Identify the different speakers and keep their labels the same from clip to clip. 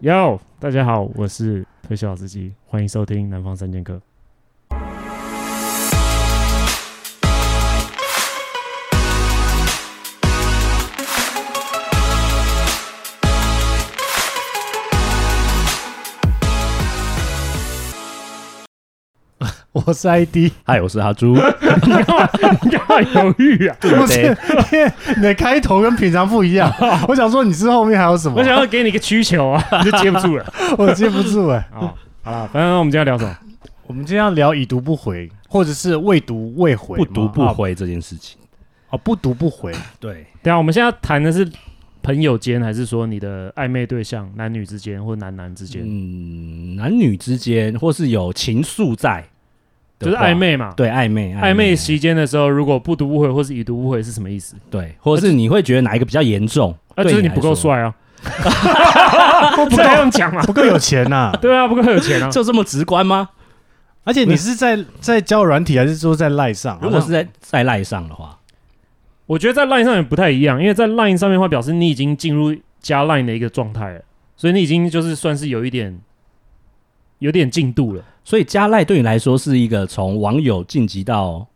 Speaker 1: 哟，大家好，我是退休老司机，欢迎收听《南方三剑客》。
Speaker 2: 我是 ID，
Speaker 3: 嗨，我是阿朱。
Speaker 1: 你干嘛？你干嘛犹豫啊？
Speaker 2: 不是，因为你的开头跟平常不一样。 我想说你是后面还有什么
Speaker 1: 我？想要给你一个需求啊， 你就接不住了啊
Speaker 2: 我接不住哎、。
Speaker 1: 好好啦，反正我们今天要聊什
Speaker 3: 啊
Speaker 1: 么？
Speaker 2: 我们今天要聊已读不回，或者是未读未回吗，
Speaker 3: 不读不
Speaker 2: 啊
Speaker 3: 回这件事情，
Speaker 2: 哦，不读不回。
Speaker 3: 对，
Speaker 1: 等一下我们现在谈的是朋友间，还是说你的暧昧对象，男女之间或男男之间，
Speaker 3: 嗯，男女之间或是有情愫在，
Speaker 1: 就是暧，昧嘛？
Speaker 3: 对暧昧，
Speaker 1: 暧昧期间的时候，如果不读不回或是已读不回是什么意思？
Speaker 3: 对，或是你会觉得哪一个比较严重？
Speaker 1: 啊，就是
Speaker 3: 对
Speaker 1: 你
Speaker 3: 来
Speaker 1: 不够
Speaker 3: 说，
Speaker 1: 帅 啊！ 不这样讲嘛？
Speaker 2: 不够有钱呐、
Speaker 1: 对啊，不够有钱啊！
Speaker 3: 就这么直观吗？
Speaker 2: 而且你是在在交友软体，还是说在赖上？
Speaker 3: 如果是在在赖上的话，
Speaker 1: 我觉得在 LINE 上也不太一样，因为在 LINE 上面的话，表示你已经进入加 LINE 的一个状态了，所以你已经就是算是有一点有点进度了。
Speaker 3: 所以加赖对你来说是一个从网友晋级到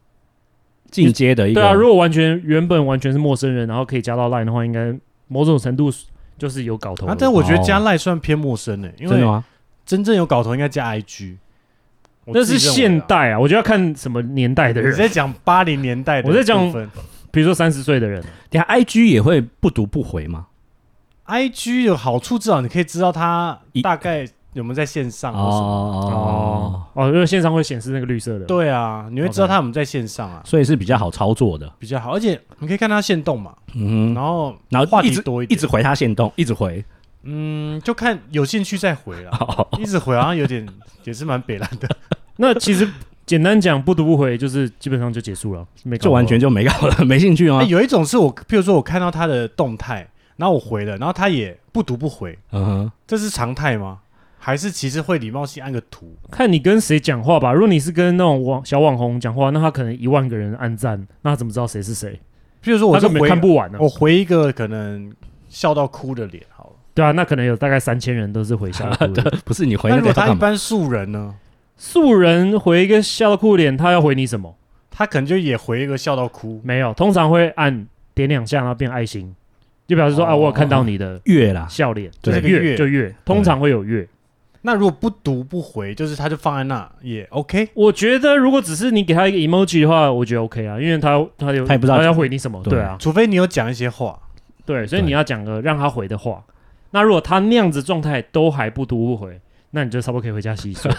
Speaker 3: 进阶的一个，
Speaker 1: 对啊，如果完全原本完全是陌生人，然后可以加到 LINE 的话，应该某种程度就是有搞头了。
Speaker 2: 啊，但我觉得加赖算偏陌生的、因
Speaker 3: 真的
Speaker 2: 为
Speaker 3: 吗？
Speaker 2: 真正有搞头应该加 IG。我
Speaker 1: 那
Speaker 2: 自
Speaker 1: 是
Speaker 2: 己认为
Speaker 1: 现
Speaker 2: 啦。
Speaker 1: 代啊，我觉得要看什么年代的
Speaker 2: 你
Speaker 1: 人，
Speaker 2: 在讲八零年代的
Speaker 1: 我在讲
Speaker 2: 部分
Speaker 1: 比如说三十岁的人，
Speaker 3: 等一下 IG 也会不读不回吗？
Speaker 2: IG 有好处，至少你可以知道他
Speaker 3: 一
Speaker 2: 大概有没有在线上或什么。
Speaker 3: 哦，
Speaker 1: 啊哦，因为线上会显示那个绿色的，，
Speaker 2: 对啊，你会知道他们在线上啊，
Speaker 3: 所以是比较好操作的。
Speaker 2: 比较好。而且你可以看他线动嘛，
Speaker 3: 嗯
Speaker 2: 然
Speaker 3: 哼，
Speaker 2: 后
Speaker 3: 然后
Speaker 2: 话
Speaker 3: 一
Speaker 2: 题
Speaker 3: 直
Speaker 2: 多一
Speaker 3: 一
Speaker 2: 点，
Speaker 3: 直回他线动，一直回，
Speaker 2: 嗯，就看有兴趣再回 了。
Speaker 3: 哦
Speaker 2: 一直回好像有点也是蛮北蓝的，
Speaker 1: 那其实简单讲，不读不回就是基本上就结束了，没搞头
Speaker 3: 就完全就没搞了，没兴趣哦
Speaker 2: 哎？
Speaker 3: 吗
Speaker 2: 有一种是我，譬如说我看到他的动态，然后我回了，然后他也不读不回，
Speaker 3: 嗯哼，
Speaker 2: 这是常态吗？还是其实会礼貌性按个图？
Speaker 1: 看你跟谁讲话吧。如果你是跟那种网小网红讲话，那他可能一万个人按赞，那他怎么知道谁是谁？
Speaker 2: 譬如说
Speaker 1: 他
Speaker 2: 我是
Speaker 1: 根本
Speaker 2: 回哦
Speaker 1: 看不完啊呢、
Speaker 3: 啊
Speaker 2: 我回一个可能笑到哭的脸好了，
Speaker 1: 对啊，那可能有大概三千人都是回笑哭的。
Speaker 3: 不是你回
Speaker 2: 那
Speaker 3: 那
Speaker 2: 如果
Speaker 3: 个
Speaker 2: 他一
Speaker 3: 干嘛？
Speaker 2: 般素人呢？
Speaker 1: 素人回一个笑到哭脸，他要回你什么？
Speaker 2: 他可能就也回一个笑到哭，
Speaker 1: 没有，通常会按点两下，然后变爱心，就表示说、
Speaker 2: 哦
Speaker 1: 啊，我有看到你的
Speaker 3: 月啦，
Speaker 1: 笑脸，就
Speaker 2: 对
Speaker 1: 是
Speaker 2: 这个
Speaker 1: 月
Speaker 2: 月
Speaker 1: 就月，通常会有月。
Speaker 2: 那如果不读不回，就是他就放在那也 OK。
Speaker 1: 我觉得如果只是你给他一个 emoji 的话，我觉得 OK 啊，因为他他有
Speaker 3: 他也不知道
Speaker 1: 要回你什么，
Speaker 3: 对
Speaker 1: 对啊，
Speaker 2: 除非你有讲一些话，
Speaker 1: 对，所以
Speaker 3: 对
Speaker 1: 你要讲个让他回的话。那如果他那样子状态都还不读不回，那你就差不多可以回家洗睡。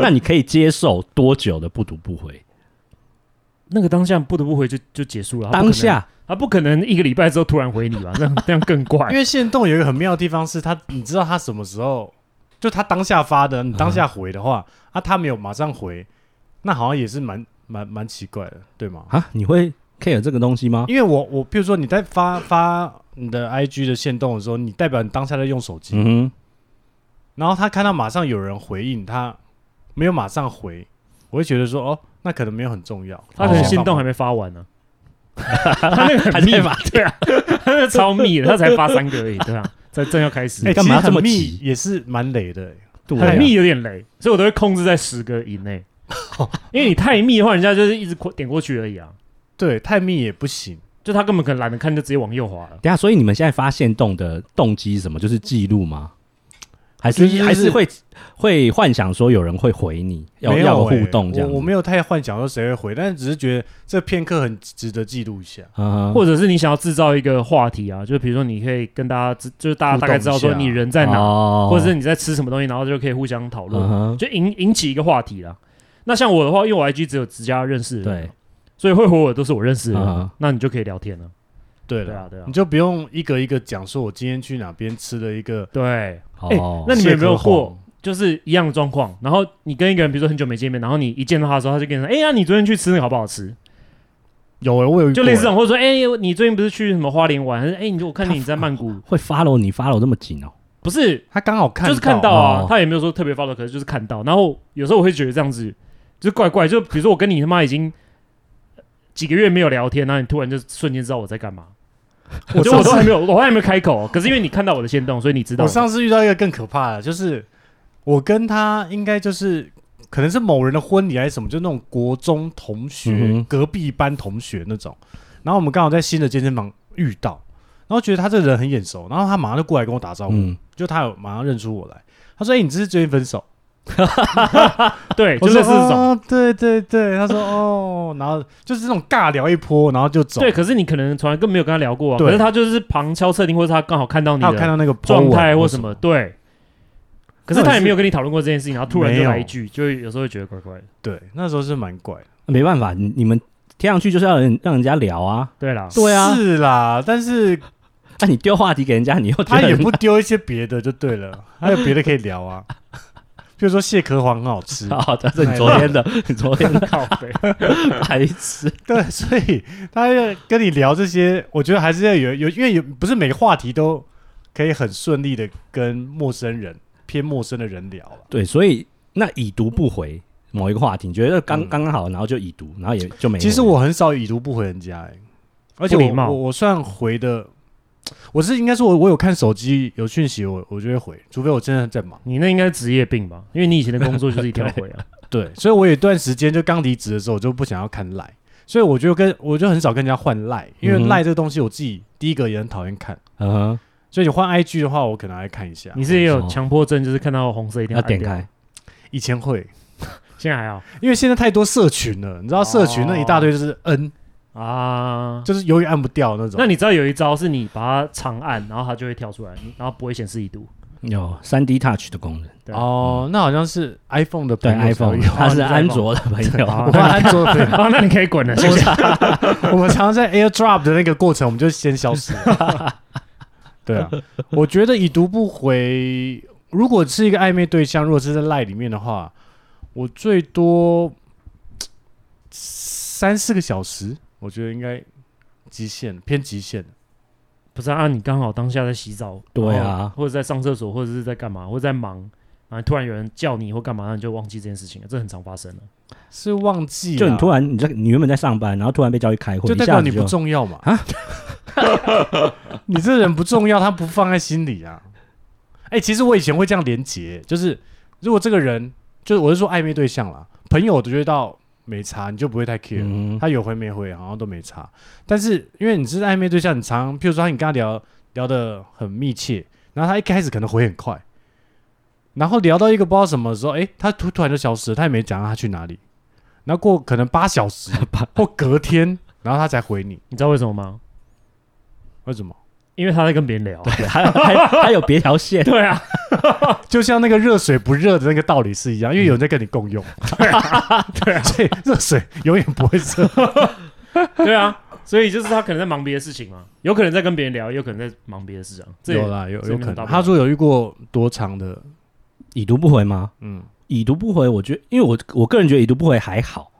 Speaker 3: 那你可以接受多久的不读不回？
Speaker 1: 那个当下不读不回就就结束了。他不可
Speaker 3: 当
Speaker 1: 能
Speaker 3: 下
Speaker 1: 他不可能一个礼拜之后突然回你吧？那 样那样更
Speaker 2: 因
Speaker 1: 怪。
Speaker 2: 为线动有一个很妙的地方是他，你知道他什么时候，就他当下发的，你当下回的话，啊，他没有马上回，那好像也是蛮蛮蛮奇怪的，对吗？
Speaker 3: 啊，你会 care 这个东西吗？
Speaker 2: 因为我我譬如说你在发发你的 IG 的线动的时候，你代表你当下在用手机，
Speaker 3: 嗯哼，
Speaker 2: 然后他看到马上有人回应，他没有马上回，我会觉得说哦，那可能没有很重要，
Speaker 1: 他可能
Speaker 3: 哦
Speaker 1: 心动还没发完 呢、他那个很密
Speaker 3: 还在
Speaker 1: 嘛？对啊，他那个超密的，他才发三个而已，对啊，才正要开始
Speaker 2: 哎、，
Speaker 3: 干嘛
Speaker 2: 其实很
Speaker 3: 这么
Speaker 2: 密
Speaker 3: 急
Speaker 2: 也是蛮累的、欸
Speaker 3: 对啊
Speaker 1: 很密有点雷，所以我都会控制在十个以 内。因为你太密的话，人家就是一直过点过去而已啊，
Speaker 2: 对，太密也不行。
Speaker 1: 就他根本可能懒得看，就直接往右滑了。
Speaker 3: 等一下，所以你们现在发现动的动机是什么？就是记录吗？还是
Speaker 2: 就是
Speaker 3: 还是会会幻想说有人会回你，要
Speaker 2: 没有
Speaker 3: 要有
Speaker 2: 欸
Speaker 3: 互动这样子？
Speaker 2: 我我没有太幻想说谁会回，但是只是觉得这片刻很值得记录一下。
Speaker 3: 嗯哼，
Speaker 1: 或者是你想要制造一个话题啊，就比如说你可以跟大家知，就是大家大概知道说
Speaker 2: 互动一
Speaker 1: 你
Speaker 2: 下
Speaker 1: 人在哪，
Speaker 3: 哦
Speaker 1: 或者是你在吃什么东西，然后就可以互相讨论，
Speaker 3: 嗯哼，
Speaker 1: 就引引起一个话题啦。那像我的话，因为我 IG 只有只加认识的人
Speaker 3: 对，
Speaker 1: 所以会回我的都是我认识的人，
Speaker 3: 嗯
Speaker 1: 那你就可以聊天了。
Speaker 2: 对
Speaker 1: 对
Speaker 2: 了，
Speaker 1: 啊，对啊
Speaker 2: 你，就不用一个一个讲说我今天去哪边吃了一个
Speaker 1: 对，
Speaker 3: 哦，
Speaker 1: 那你们有没有
Speaker 2: 蟹壳
Speaker 1: 过
Speaker 2: 黄？
Speaker 1: 就是一样的状况，然后你跟一个人，比如说很久没见面，然后你一见到他的时候，他就跟你说：“哎、呀，你昨天去吃那个好不好吃
Speaker 2: 有欸我有？”遇
Speaker 1: 就
Speaker 2: 过
Speaker 1: 类似这
Speaker 2: 欸
Speaker 1: 种，或者说：“哎、你最近不是去什么花莲玩？还是哎、你我看你在曼谷，
Speaker 3: 会 follow 你 follow 这么紧哦？
Speaker 1: 不是
Speaker 2: 他刚好看
Speaker 1: 就是看到啊
Speaker 3: 哦，
Speaker 1: 他也没有说特别 follow，可是就是看到。然后有时候我会觉得这样子就是怪怪，就比如说 我跟你他妈已经呃几个月没有聊天，然后你突然就瞬间知道我在干嘛，我觉得我都还没有，我还没有开口。可是因为你看到我的线动，所以你知道
Speaker 2: 我。上次遇到一个更可怕的，就是我跟他应该就是可能是某人的婚礼还是什么，就那种国中同学、
Speaker 3: 嗯哼
Speaker 2: 隔壁班同学那种。然后我们刚好在新的健身房遇到，然后觉得他这个人很眼熟，然后他马上就过来跟我打招呼，
Speaker 3: 嗯，
Speaker 2: 就他有马上认出我来。他说：“哎、你这是最近分手？”
Speaker 1: 对，
Speaker 2: 我
Speaker 1: 就类
Speaker 2: 说
Speaker 1: 似这种。
Speaker 2: 哦对对对，他说哦，然后就是这种尬聊一波，然后就走。
Speaker 1: 对，，可是你可能从来更没有跟他聊过啊。
Speaker 2: 对
Speaker 1: 可是他就是旁敲侧听，或者是他刚好看到你
Speaker 2: 他有看
Speaker 1: 的
Speaker 2: 到那个 po
Speaker 1: 状
Speaker 2: 文
Speaker 1: 态或
Speaker 2: 什
Speaker 1: 什么，对。可是他也没有跟你讨论过这件事情，然后突然
Speaker 2: 没
Speaker 1: 就
Speaker 2: 有
Speaker 1: 来一句，就会有时候会觉得怪怪的。
Speaker 2: 对，那时候是蛮怪的。
Speaker 3: 没办法，你你们贴上去就是要人让人家聊啊。
Speaker 1: 对啦，
Speaker 3: 对啊
Speaker 2: 是啦，但是
Speaker 3: 那、你丢话题给人家，你又觉
Speaker 2: 他
Speaker 3: 得
Speaker 2: 也不丢一些别的就对了，还有别的可以聊啊，比如说蟹壳黄很好吃，
Speaker 3: 好的，
Speaker 2: 哎
Speaker 3: 这是你昨天的，你 昨天的
Speaker 1: 靠北
Speaker 3: 白痴。
Speaker 2: 对，所以他要跟你聊这些，我觉得还是要有有，因为有不是每个话题都可以很顺利的跟陌生人偏陌生的人聊啊了。
Speaker 3: 对，所以那已读不回某一个话题，你觉得刚
Speaker 2: 嗯
Speaker 3: 刚刚好，然后就已读，然后也就没回。
Speaker 2: 其实我很少已读不回人家、欸，而且
Speaker 1: 不
Speaker 2: 我
Speaker 1: 礼貌
Speaker 2: 我我算回的，我是应该说我我有看手机有讯息我我就会回，除非我真的在忙。
Speaker 1: 你那应该是职业病吧？因为你以前的工作就是一定要回 啊。
Speaker 2: 对，所以我有一段时间就刚离职的时候，我就不想要看赖，所以我就跟我就很少跟人家换赖，因
Speaker 3: 嗯
Speaker 2: 为
Speaker 3: 哼
Speaker 2: 赖这个东西我自己第一个也很讨厌看，
Speaker 3: 嗯哼，
Speaker 2: 所以你换 IG 的话，我可能还看一下。
Speaker 1: 你是也有强迫症，就是看到红色一定
Speaker 3: 要
Speaker 1: 按
Speaker 3: 点
Speaker 1: 掉。
Speaker 3: 开，
Speaker 2: 以前会，
Speaker 1: 现在还好
Speaker 2: 因为现在太多社群了，你知道社群那一大堆就是 N，、
Speaker 1: 啊。
Speaker 2: 就是永远按不掉哦那种。
Speaker 1: 那你知道有一招是你把它长按，然后它就会跳出来，你然后不会显示已读。
Speaker 3: 有三 D Touch 的功能。
Speaker 1: 对
Speaker 2: 哦，那好像是 iPhone 的朋
Speaker 3: 对
Speaker 2: 友才有
Speaker 3: iPhone，他是安，卓的朋 友。
Speaker 2: 哦你是 iPhone 我安卓的朋友
Speaker 1: 啊，那你可以滚 了，谢谢。
Speaker 2: 我们常常在 AirDrop 的那个过程，我们就先消失了对啊，我觉得已读不回，如果是一个暧昧对象，如果是在赖里面的话，我最多三四个小时，我觉得应该极限偏极限。
Speaker 1: 不是啊，啊你刚好当下在洗澡，
Speaker 3: 对啊
Speaker 1: 然
Speaker 2: 哦
Speaker 1: 后或者在上厕所，或者是在干嘛，或者在忙，然后突然有人叫你或干嘛，那你就忘记这件事情了，这很常发生的。
Speaker 2: 是忘记啦，啊
Speaker 3: 就你突然你在你原本在上班，然后突然被叫去开会，
Speaker 2: 就代
Speaker 3: 一
Speaker 2: 表
Speaker 3: 下
Speaker 2: 你
Speaker 3: 子就
Speaker 2: 不重要嘛？ 你这人不重要，他不放在心里啊。哎、其实我以前会这样连结，就是如果这个人，就是我是说暧昧对象啦，朋友我觉得到没差，你就不会太 care，、
Speaker 3: 嗯
Speaker 2: 他有回没回好像都没差。但是因为你是暧昧对象，你常，譬如说你跟他聊聊得很密切，然后他一开始可能回很快，然后聊到一个不知道什么的时候，哎、他突突然就消失了，他也没讲他去哪里。然后过可能八小时或隔天，然后他才回你，
Speaker 1: 你知道为什么吗？
Speaker 2: 为什么？
Speaker 1: 因为他在跟别人聊。
Speaker 3: 对，还有还有还有别条线，
Speaker 1: 对啊，
Speaker 2: 就像那个热水不热的那个道理是一样，因为有人在跟你共用， 对、啊，所以热水永远不会热。
Speaker 1: 对啊，所以就是他可能在忙别的事情嘛，有可能在跟别人聊，也有可能在忙别的事啊。这也
Speaker 2: 有啦，有
Speaker 1: 这
Speaker 2: 有
Speaker 1: 没有
Speaker 2: 可
Speaker 1: 大
Speaker 2: 能。
Speaker 1: 不
Speaker 2: 他
Speaker 1: 了
Speaker 2: 说有遇过多长的，
Speaker 3: 已读不回吗？
Speaker 2: 嗯，
Speaker 3: 已读不回，我觉得，因为我我个人觉得已读不回还好，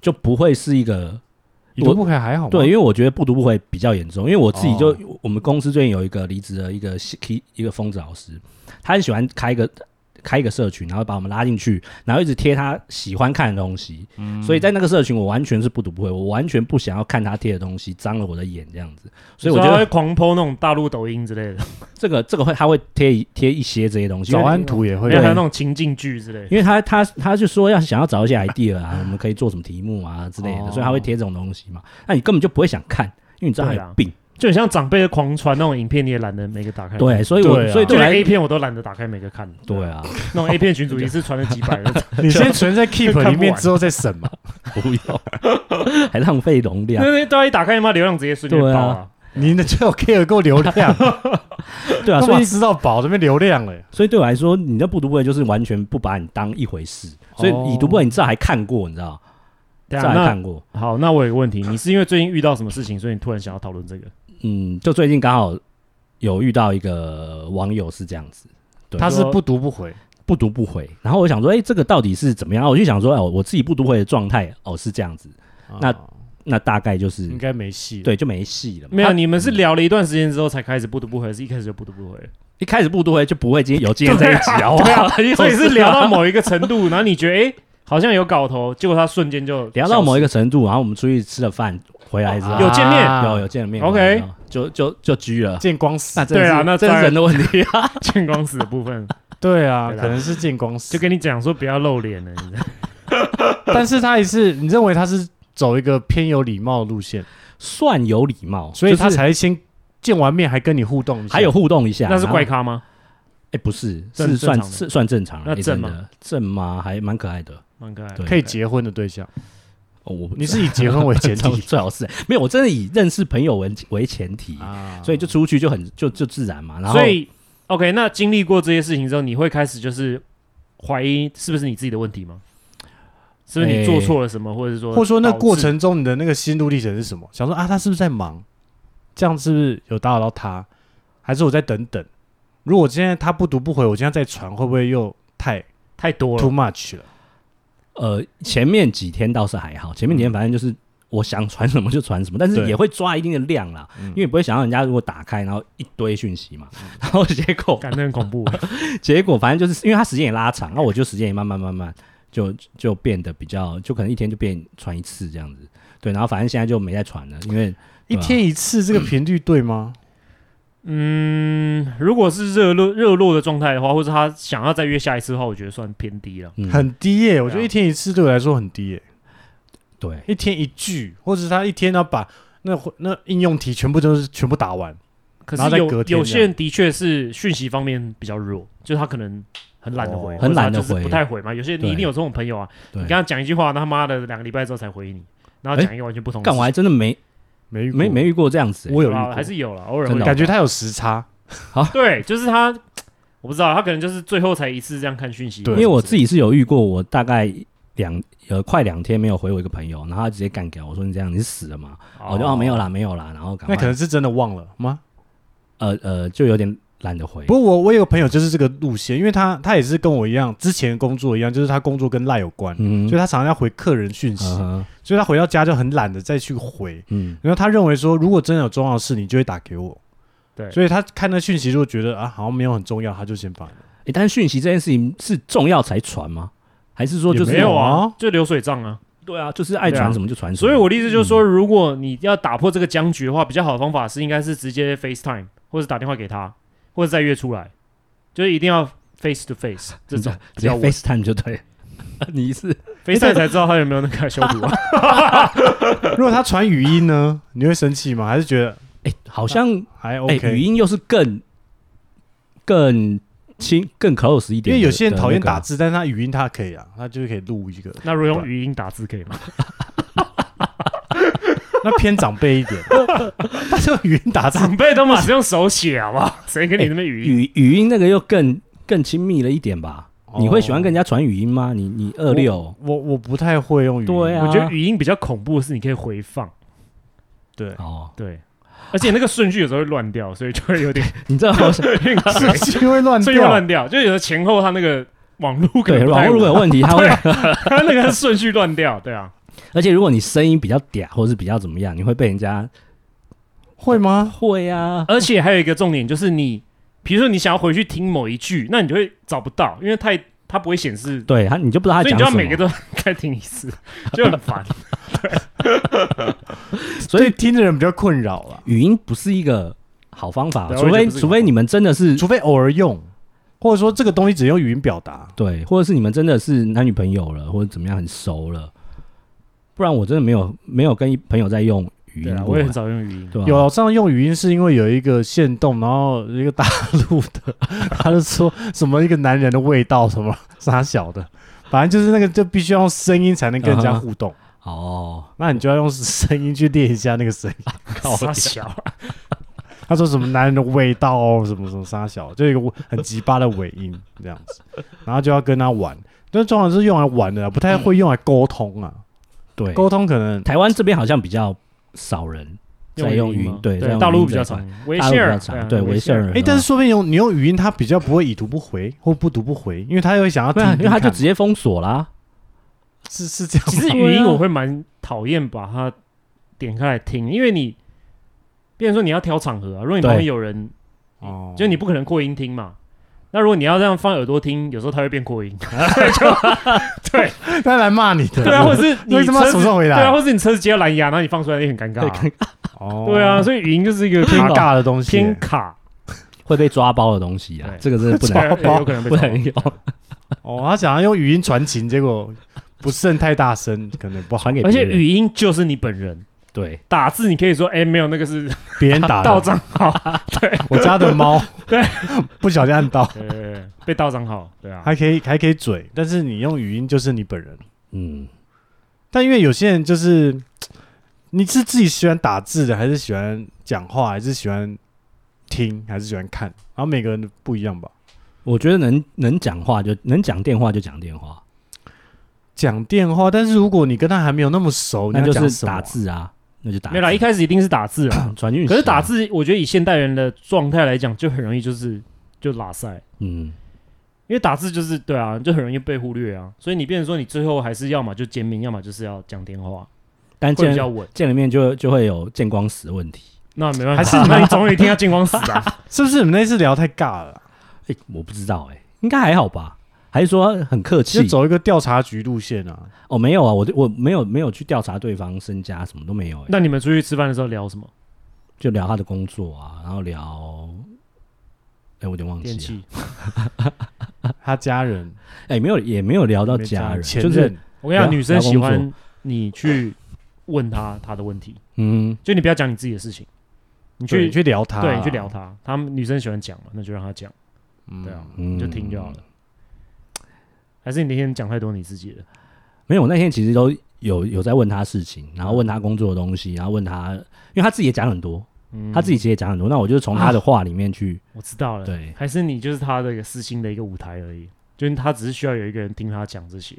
Speaker 3: 就不会是一个
Speaker 2: 已读不回还好吗？
Speaker 3: 对，因为我觉得不读不回比较严重，因为我自己就、
Speaker 2: 哦
Speaker 3: 我们公司最近有一个离职的一个系一个疯子老师，他很喜欢开一个开一个社群，然后把我们拉进去，然后一直贴他喜欢看的东西，
Speaker 2: 嗯
Speaker 3: 所以在那个社群我完全是不读不回，我完全不想要看他贴的东西，脏了我的眼这样子，所以我觉
Speaker 1: 他会
Speaker 3: 得
Speaker 1: 狂抛那种大陆抖音之类 的，
Speaker 3: 这个这个会他会贴一贴一些这些东西，因
Speaker 2: 早
Speaker 3: 为
Speaker 2: 安图也
Speaker 1: 因
Speaker 2: 会
Speaker 1: 为还有那种情境剧之类的。
Speaker 3: 因为他他他就说要想要找一些 idea 啊，我们可以做什么题目啊之类的，
Speaker 2: 哦
Speaker 3: 所以他会贴这种东西嘛。那你根本就不会想看，因为你知道他
Speaker 1: 对啊
Speaker 3: 有病。
Speaker 1: 就很像长辈的狂传那种影片，你也懒得每个打开。
Speaker 3: 对，，所以我
Speaker 2: 对啊
Speaker 3: 所以
Speaker 1: 就
Speaker 3: 对我
Speaker 1: 连
Speaker 3: 来
Speaker 1: A 片我都懒得打开每个看。
Speaker 3: 对，啊，
Speaker 1: 那种 A 片群主一次传了几百 个，
Speaker 2: 你先存在 Keep 里
Speaker 1: 看不
Speaker 2: 面
Speaker 1: 完
Speaker 2: 之后再审嘛。
Speaker 3: 不要， 还浪费容 量
Speaker 1: 那。那啊都一打开，妈流量直接瞬间
Speaker 3: 对啊
Speaker 1: 爆啊！
Speaker 2: 你的最有 care 够流量，
Speaker 3: 对
Speaker 2: 他
Speaker 3: 啊，所
Speaker 2: 妈
Speaker 3: 以
Speaker 2: 吃到饱这边流量了。
Speaker 3: 所以对我来说，你的不读不回就是完全不把你当一回事。所以
Speaker 2: 哦
Speaker 3: 已读不回，你至少还看过，你知道，
Speaker 1: 对
Speaker 3: 至
Speaker 1: 啊，
Speaker 3: 少还
Speaker 1: 那
Speaker 3: 看过。
Speaker 1: 好，那我有个问题，你是因为最近遇到什么事情，所以你突然想要讨论这个？
Speaker 3: 嗯，就最近刚好有遇到一个网友是这样子。对
Speaker 2: 他是不读不回，
Speaker 3: 不读不回。然后我想说，哎、这个到底是怎么样？我就想说，哦，我自己不读回的状态，哦，是这样子，那
Speaker 2: 啊
Speaker 3: 那大概就是
Speaker 2: 应该没戏。，
Speaker 3: 对，就没戏了嘛。
Speaker 1: 没有，
Speaker 3: 他
Speaker 1: 你们是聊了一段时间之后才开始不读不回，还是一开始就不读不回了？
Speaker 3: 一 开始不读回就不会今天有今天这一集，好不
Speaker 1: 对
Speaker 3: 好啊
Speaker 1: 啊？所以是聊到某一个程度，然后你觉得哎，好像有搞头，结果他瞬间就
Speaker 3: 聊
Speaker 1: 消
Speaker 3: 到
Speaker 1: 失
Speaker 3: 某一个程度，然后我们出去吃了饭，回来之后、
Speaker 1: 啊有见面
Speaker 3: 有有见了面
Speaker 1: OK
Speaker 3: 就就就居了。
Speaker 2: 见光死
Speaker 3: 那，真的
Speaker 1: 对啊
Speaker 3: 是
Speaker 1: 那
Speaker 3: 这
Speaker 1: 当然
Speaker 3: 是人的问题啊。
Speaker 1: 见光死的部分，
Speaker 2: 对啊，
Speaker 1: 对啦
Speaker 2: 可能是见光死
Speaker 1: 就。跟你讲说不要露脸了，你知道
Speaker 2: 但是他也是，你认为他是走一个偏有礼貌的路线，
Speaker 3: 算有礼貌，
Speaker 2: 所以他
Speaker 3: 就是
Speaker 2: 才先见完面还跟你互动一下，
Speaker 3: 还有互动一
Speaker 2: 啊
Speaker 3: 下。
Speaker 1: 那是怪
Speaker 3: 然后，
Speaker 1: 咖吗？
Speaker 3: 哎、不是，
Speaker 1: 正
Speaker 3: 是算
Speaker 1: 正常的
Speaker 3: 是算正常的，
Speaker 1: 那
Speaker 3: 哎
Speaker 1: 正
Speaker 3: 真的正吗？还蛮可爱的。
Speaker 1: 蛮可爱的，
Speaker 3: 对
Speaker 2: 可以结婚的对象，
Speaker 3: 哦，我不
Speaker 2: 你是以结婚为前提
Speaker 3: 最好 是没有，我真的以认识朋友为为前提，
Speaker 2: 啊，
Speaker 3: 所以就出去就很就就自然嘛。然后
Speaker 1: 所以 OK，那经历过这些事情之后，你会开始就是怀疑是不是你自己的问题吗？是不是你做错了什么，或者说
Speaker 2: 或者说那
Speaker 1: 导致
Speaker 2: 过程中你的那个心路历程是什么？想说啊，他是不是在忙？这样是不是有打扰到他？还是我再等等？如果今天他不读不回，我今天再传会不会又太
Speaker 1: 太多
Speaker 2: too
Speaker 1: 了？
Speaker 2: much 了？
Speaker 3: 呃，前面几天倒是还好，前面几天反正就是我想传什么就传什么，但是
Speaker 2: 对
Speaker 3: 也会抓一定的量啦，
Speaker 2: 嗯
Speaker 3: 因为你不会想让人家如果打开然后一堆讯息嘛，然后结果
Speaker 1: 感觉很恐怖。
Speaker 3: 结果反正就是因为他时间也拉长，那我就时间也慢慢慢慢就就变得比较，就可能一天就变传一次这样子，对，然后反正现在就没再传了，因为
Speaker 2: 一
Speaker 3: 对啊
Speaker 2: 天一次这个频率对吗？
Speaker 1: 嗯，如果是热络热络的状态的话，或者他想要再约下一次的话，我觉得算偏低了。
Speaker 3: 嗯
Speaker 2: 很低耶、我觉
Speaker 1: 对啊
Speaker 2: 得一天一次对我来说很低耶、
Speaker 3: 对，
Speaker 2: 一天一句，或者是他一天要把那那应用题全部都是全部打完，
Speaker 1: 可
Speaker 2: 然后
Speaker 1: 是
Speaker 2: 再
Speaker 1: 有
Speaker 2: 隔天
Speaker 1: 有
Speaker 2: 这
Speaker 1: 些
Speaker 2: 样
Speaker 1: 人的确是讯息方面比较弱，就是他可能很懒得回，
Speaker 3: 哦很懒得
Speaker 1: 或者他就是
Speaker 3: 回
Speaker 1: 不太回嘛。有些人你
Speaker 3: 对
Speaker 1: 一定有这种朋友啊，你
Speaker 3: 对
Speaker 1: 跟他讲一句话，那他妈的两个礼拜之后才回你，然后讲一个完全不同的
Speaker 3: 干
Speaker 1: 事
Speaker 3: 我还真的没
Speaker 2: 没遇过
Speaker 3: 没没，遇过这样子、欸
Speaker 2: 我有
Speaker 1: 情
Speaker 2: 遇
Speaker 1: 啊
Speaker 2: 过，
Speaker 1: 还是有了，偶尔
Speaker 3: 真
Speaker 1: 会
Speaker 3: 的哦
Speaker 2: 感觉他有时差，
Speaker 1: 对，就是他，我不知道，他可能就是最后才一次这样看讯息。
Speaker 2: 对
Speaker 3: 因为我自
Speaker 1: 己
Speaker 3: 己是有遇过，我大概两呃快两天没有回我一个朋友，然后他直接干掉我说你这样你是死了吗？我就哦没有啦没有啦，然后赶
Speaker 2: 那
Speaker 3: 快
Speaker 2: 可能是真的忘了吗？
Speaker 3: 呃呃就有点懒得回
Speaker 2: 不，过我我有个朋友就是这个路线，因为他他也是跟我一样，之前工作一样，就是他工作跟赖有关，
Speaker 3: 嗯
Speaker 2: 所以他常常要回客人讯息，
Speaker 3: 嗯哼
Speaker 2: 所以他回到家就很懒得再去回。
Speaker 3: 嗯
Speaker 2: 然后他认为说，如果真的有重要的事，你就会打给我。
Speaker 1: 对
Speaker 2: 所以他看那讯息，如果觉得啊好像没有很重要，他就先把。
Speaker 3: 诶但是讯息这件事情是重要才传吗？还是说就是
Speaker 1: 没有
Speaker 2: 有
Speaker 1: 啊
Speaker 2: 啊，
Speaker 1: 就流水账啊。
Speaker 3: 对啊，就是爱传什么就传什么。
Speaker 1: 所以我的意思
Speaker 3: 嗯
Speaker 1: 就是说，如果你要打破这个僵局的话，比较好的方法是应该是直接 FaceTime 或者打电话给他，或者再约出来，就是一定要 face to face 这种比
Speaker 3: 直接
Speaker 1: 较稳
Speaker 3: FaceTime 就对了。 你是
Speaker 1: FaceTime 才知道他有没有那个修图啊。
Speaker 2: 如果他传语音呢，你会生气吗？还是觉得
Speaker 3: 哎、好像
Speaker 2: 还
Speaker 3: 哎、
Speaker 2: OK？
Speaker 3: 语音又是更更亲更 close 一
Speaker 2: 因
Speaker 3: 点的，
Speaker 2: 为有些人讨厌
Speaker 3: 的那个
Speaker 2: 打字，但是他语音他可以啊，他就是可以录一个，
Speaker 1: 那如果用语音打字可以吗？
Speaker 2: 那偏长辈一点。他就语音 打字，
Speaker 1: 长辈都嘛是用手写好不好？ 谁跟你那边语音？
Speaker 3: 语语音那个又更更亲密了一点吧？你会喜欢跟人家传语音吗？你你二六
Speaker 2: 我我不太会用语音，
Speaker 3: 对啊
Speaker 1: 我觉得语音比较恐怖的是你可以回放，
Speaker 2: 对，
Speaker 3: 哦，
Speaker 1: 对，而且那个顺序有时候会乱掉，所以就会有点
Speaker 3: 你知道我是
Speaker 1: 晕
Speaker 2: 是是因为乱
Speaker 1: 所以会
Speaker 2: 掉，
Speaker 1: 乱掉，就有的前后他那个网络可
Speaker 3: 对
Speaker 1: 能不
Speaker 3: 网
Speaker 1: 太
Speaker 3: 络如果有
Speaker 1: 稳
Speaker 3: 问题，他会
Speaker 1: 对，他 那个顺序乱掉，对啊，
Speaker 3: 而且如果你声音比较嗲或者是比较怎么样，你会被人家
Speaker 2: 会吗？
Speaker 3: 会啊，
Speaker 1: 而且还有一个重点就是你，比如说你想要回去听某一句，那你就会找不到，因为太它不会显示，
Speaker 3: 对他你就不知道他
Speaker 1: 所以你
Speaker 3: 讲
Speaker 1: 就要
Speaker 3: 什
Speaker 1: 每个
Speaker 3: 么，
Speaker 1: 都再听一次，就很烦。
Speaker 3: 所以
Speaker 2: 对听的人比较困扰啊了，
Speaker 3: 语音不是一个好方法，
Speaker 1: 对
Speaker 3: 除
Speaker 1: 我也觉得
Speaker 3: 非
Speaker 1: 不是一个
Speaker 3: 除非你们真的是
Speaker 2: 除非偶尔用，或者说这个东西只用语音表
Speaker 1: 啊
Speaker 2: 达。
Speaker 3: 对，或者是你们真的是男女朋友了，或者怎么样很熟了，不然我真的没有没有跟一朋友在用语
Speaker 1: 对
Speaker 3: 音
Speaker 1: 啊，
Speaker 3: 过
Speaker 1: 我也很
Speaker 3: 欸，
Speaker 1: 少用语 音，
Speaker 3: 对吧？
Speaker 2: 有啊，我上次用语音是因为有一个线动，然后一个大陆的， 他就说什么一个男人的味道什么傻小的，反正就是那个就必须要用声音才能跟人
Speaker 1: 啊
Speaker 2: 家互动，
Speaker 3: 哦，
Speaker 2: 那你就要用声音去练一下那个声音。
Speaker 3: 靠
Speaker 1: 傻小，
Speaker 2: 他说什么男人的味道哦，什么什么沙小，就一个很鸡巴的尾音这样子，然后就要跟他玩，但通常是用来玩的啊，不太会用来沟通啊。
Speaker 3: 对，
Speaker 2: 沟通可能
Speaker 3: 台湾这边好像比较少人在用
Speaker 1: 语
Speaker 3: 语
Speaker 1: 音
Speaker 3: 音
Speaker 1: 吗，
Speaker 3: 对，在
Speaker 1: 对，
Speaker 3: 用
Speaker 1: 大
Speaker 3: 语
Speaker 1: 陆
Speaker 3: 音
Speaker 1: 比
Speaker 3: 这
Speaker 1: 较
Speaker 3: 一块
Speaker 1: 常，微
Speaker 3: 大陆
Speaker 1: 信
Speaker 3: 比
Speaker 1: 儿
Speaker 3: 较常，对微信儿，
Speaker 2: 哎、但是说不定用你用语音，他比较不会已读不回或不读不回，因为他会想要
Speaker 3: 对
Speaker 2: 听
Speaker 3: 啊，
Speaker 2: 听看，
Speaker 3: 因为他就直接封锁啦。
Speaker 2: 是是这样吗。
Speaker 1: 其实语音我会蛮讨厌把它点开来听，因为你，变成说你要挑场合啊，如果你旁边
Speaker 3: 对
Speaker 1: 有人。
Speaker 2: 哦
Speaker 1: 就你不可能扩音听嘛，那如果你要这样放耳朵听，有时候它会变扩音。
Speaker 2: 他来骂你的，
Speaker 1: 对啊，或者是你
Speaker 2: 为什么
Speaker 1: 车
Speaker 2: 要手
Speaker 1: 子
Speaker 2: 上回
Speaker 1: 对
Speaker 2: 答？
Speaker 1: 啊，或者是你车子接到蓝牙，然后你放出来也很尴尬啊。
Speaker 2: 哦
Speaker 1: 对啊，，所以语音就是一个偏
Speaker 2: 尴尬的东西，
Speaker 1: 偏卡，
Speaker 3: 会被抓包的东西啊
Speaker 1: 对，
Speaker 3: 这个真 的不
Speaker 1: 对啊
Speaker 3: 能
Speaker 1: 有可能被
Speaker 3: 不
Speaker 1: 抓包
Speaker 3: 能用，
Speaker 2: 哦，他想要用语音传情，结果不慎太大声，可能不好
Speaker 3: 传。给
Speaker 1: 而且
Speaker 3: 别人
Speaker 1: 语音就是你本人。
Speaker 3: 对
Speaker 1: 打字你可以说，哎、没有，那个是
Speaker 2: 别人 打
Speaker 1: 盗
Speaker 2: 的，
Speaker 1: 账号，
Speaker 2: 我家的 猫，
Speaker 1: 对，
Speaker 2: 不小心按到，
Speaker 1: 对对对，被盗账号，对啊，
Speaker 2: 还可以还可以嘴，但是你用语音就是你本人。
Speaker 3: 嗯，
Speaker 2: 但因为有些人就是，你是自己喜欢打字的，还是喜欢讲话，还是喜欢听，还是喜欢看？然后每个人不一样吧。
Speaker 3: 我觉得能能讲话就能讲电话就讲电话，
Speaker 2: 讲电话，但是如果你跟他还没有那么熟，
Speaker 3: 那
Speaker 2: 你要
Speaker 3: 就
Speaker 2: 讲
Speaker 3: 是
Speaker 2: 什么
Speaker 3: 打字啊，那就打字
Speaker 1: 没有啦，一开始一定是打字啊，
Speaker 3: 传讯息啊，
Speaker 1: 可是打字，我觉得以现代人的状态来讲，就很容易就是就拉塞，
Speaker 3: 嗯，
Speaker 1: 因为打字就是对啊，就很容易被忽略啊，所以你变成说你最后还是要么就见面，要么就是要讲电话，
Speaker 3: 但
Speaker 1: 会
Speaker 3: 见
Speaker 1: 比 较稳。
Speaker 3: 见了面就就会有见光死的问题。
Speaker 1: 那没办法，
Speaker 2: 还是
Speaker 1: 那你总有一天要见光死啊。
Speaker 2: 是不是？你们那次聊太尬了啊、
Speaker 3: 哎，我不知道哎，应该还好吧？还是说很客
Speaker 2: 就
Speaker 3: 气？
Speaker 2: 走一个调查局路线啊。
Speaker 3: 哦，没有啊，我我没有没有去调查对方身家，什么都没有哎，
Speaker 1: 那你们出去吃饭的时候聊什么？
Speaker 3: 就聊他的工作啊，然后聊，哎，我有点忘
Speaker 1: 电
Speaker 3: 记了，
Speaker 1: 器。
Speaker 2: 他家人
Speaker 3: 哎，没有也没有聊到家人，
Speaker 2: 前
Speaker 3: 就是
Speaker 2: 任
Speaker 1: 我跟你讲，
Speaker 3: 聊
Speaker 1: 女生
Speaker 3: 聊工
Speaker 1: 喜
Speaker 3: 作
Speaker 1: 欢你去问她她的问题，
Speaker 3: 嗯，
Speaker 1: 就你不要讲你自己的事情，你
Speaker 2: 对
Speaker 1: 去
Speaker 2: 你去聊他，啊
Speaker 1: 对你去聊，她，她们女生喜欢讲嘛，那就让她讲，
Speaker 2: 嗯
Speaker 1: 对啊，
Speaker 3: 嗯
Speaker 1: 你就听就好了。还是你那天讲太多你自己的，
Speaker 3: 没有，我那天其实都有有在问他事情，然后问他工作的东西，然后问他，因为他自己也讲很多，
Speaker 1: 嗯
Speaker 3: 他自己其实也讲很多，那我就从他的话里面去，
Speaker 1: 我知
Speaker 2: 啊
Speaker 1: 道了，
Speaker 3: 对
Speaker 1: 还是你就是他的一个私心的一个舞台而已，就是他只是需要有一个人听他讲这些，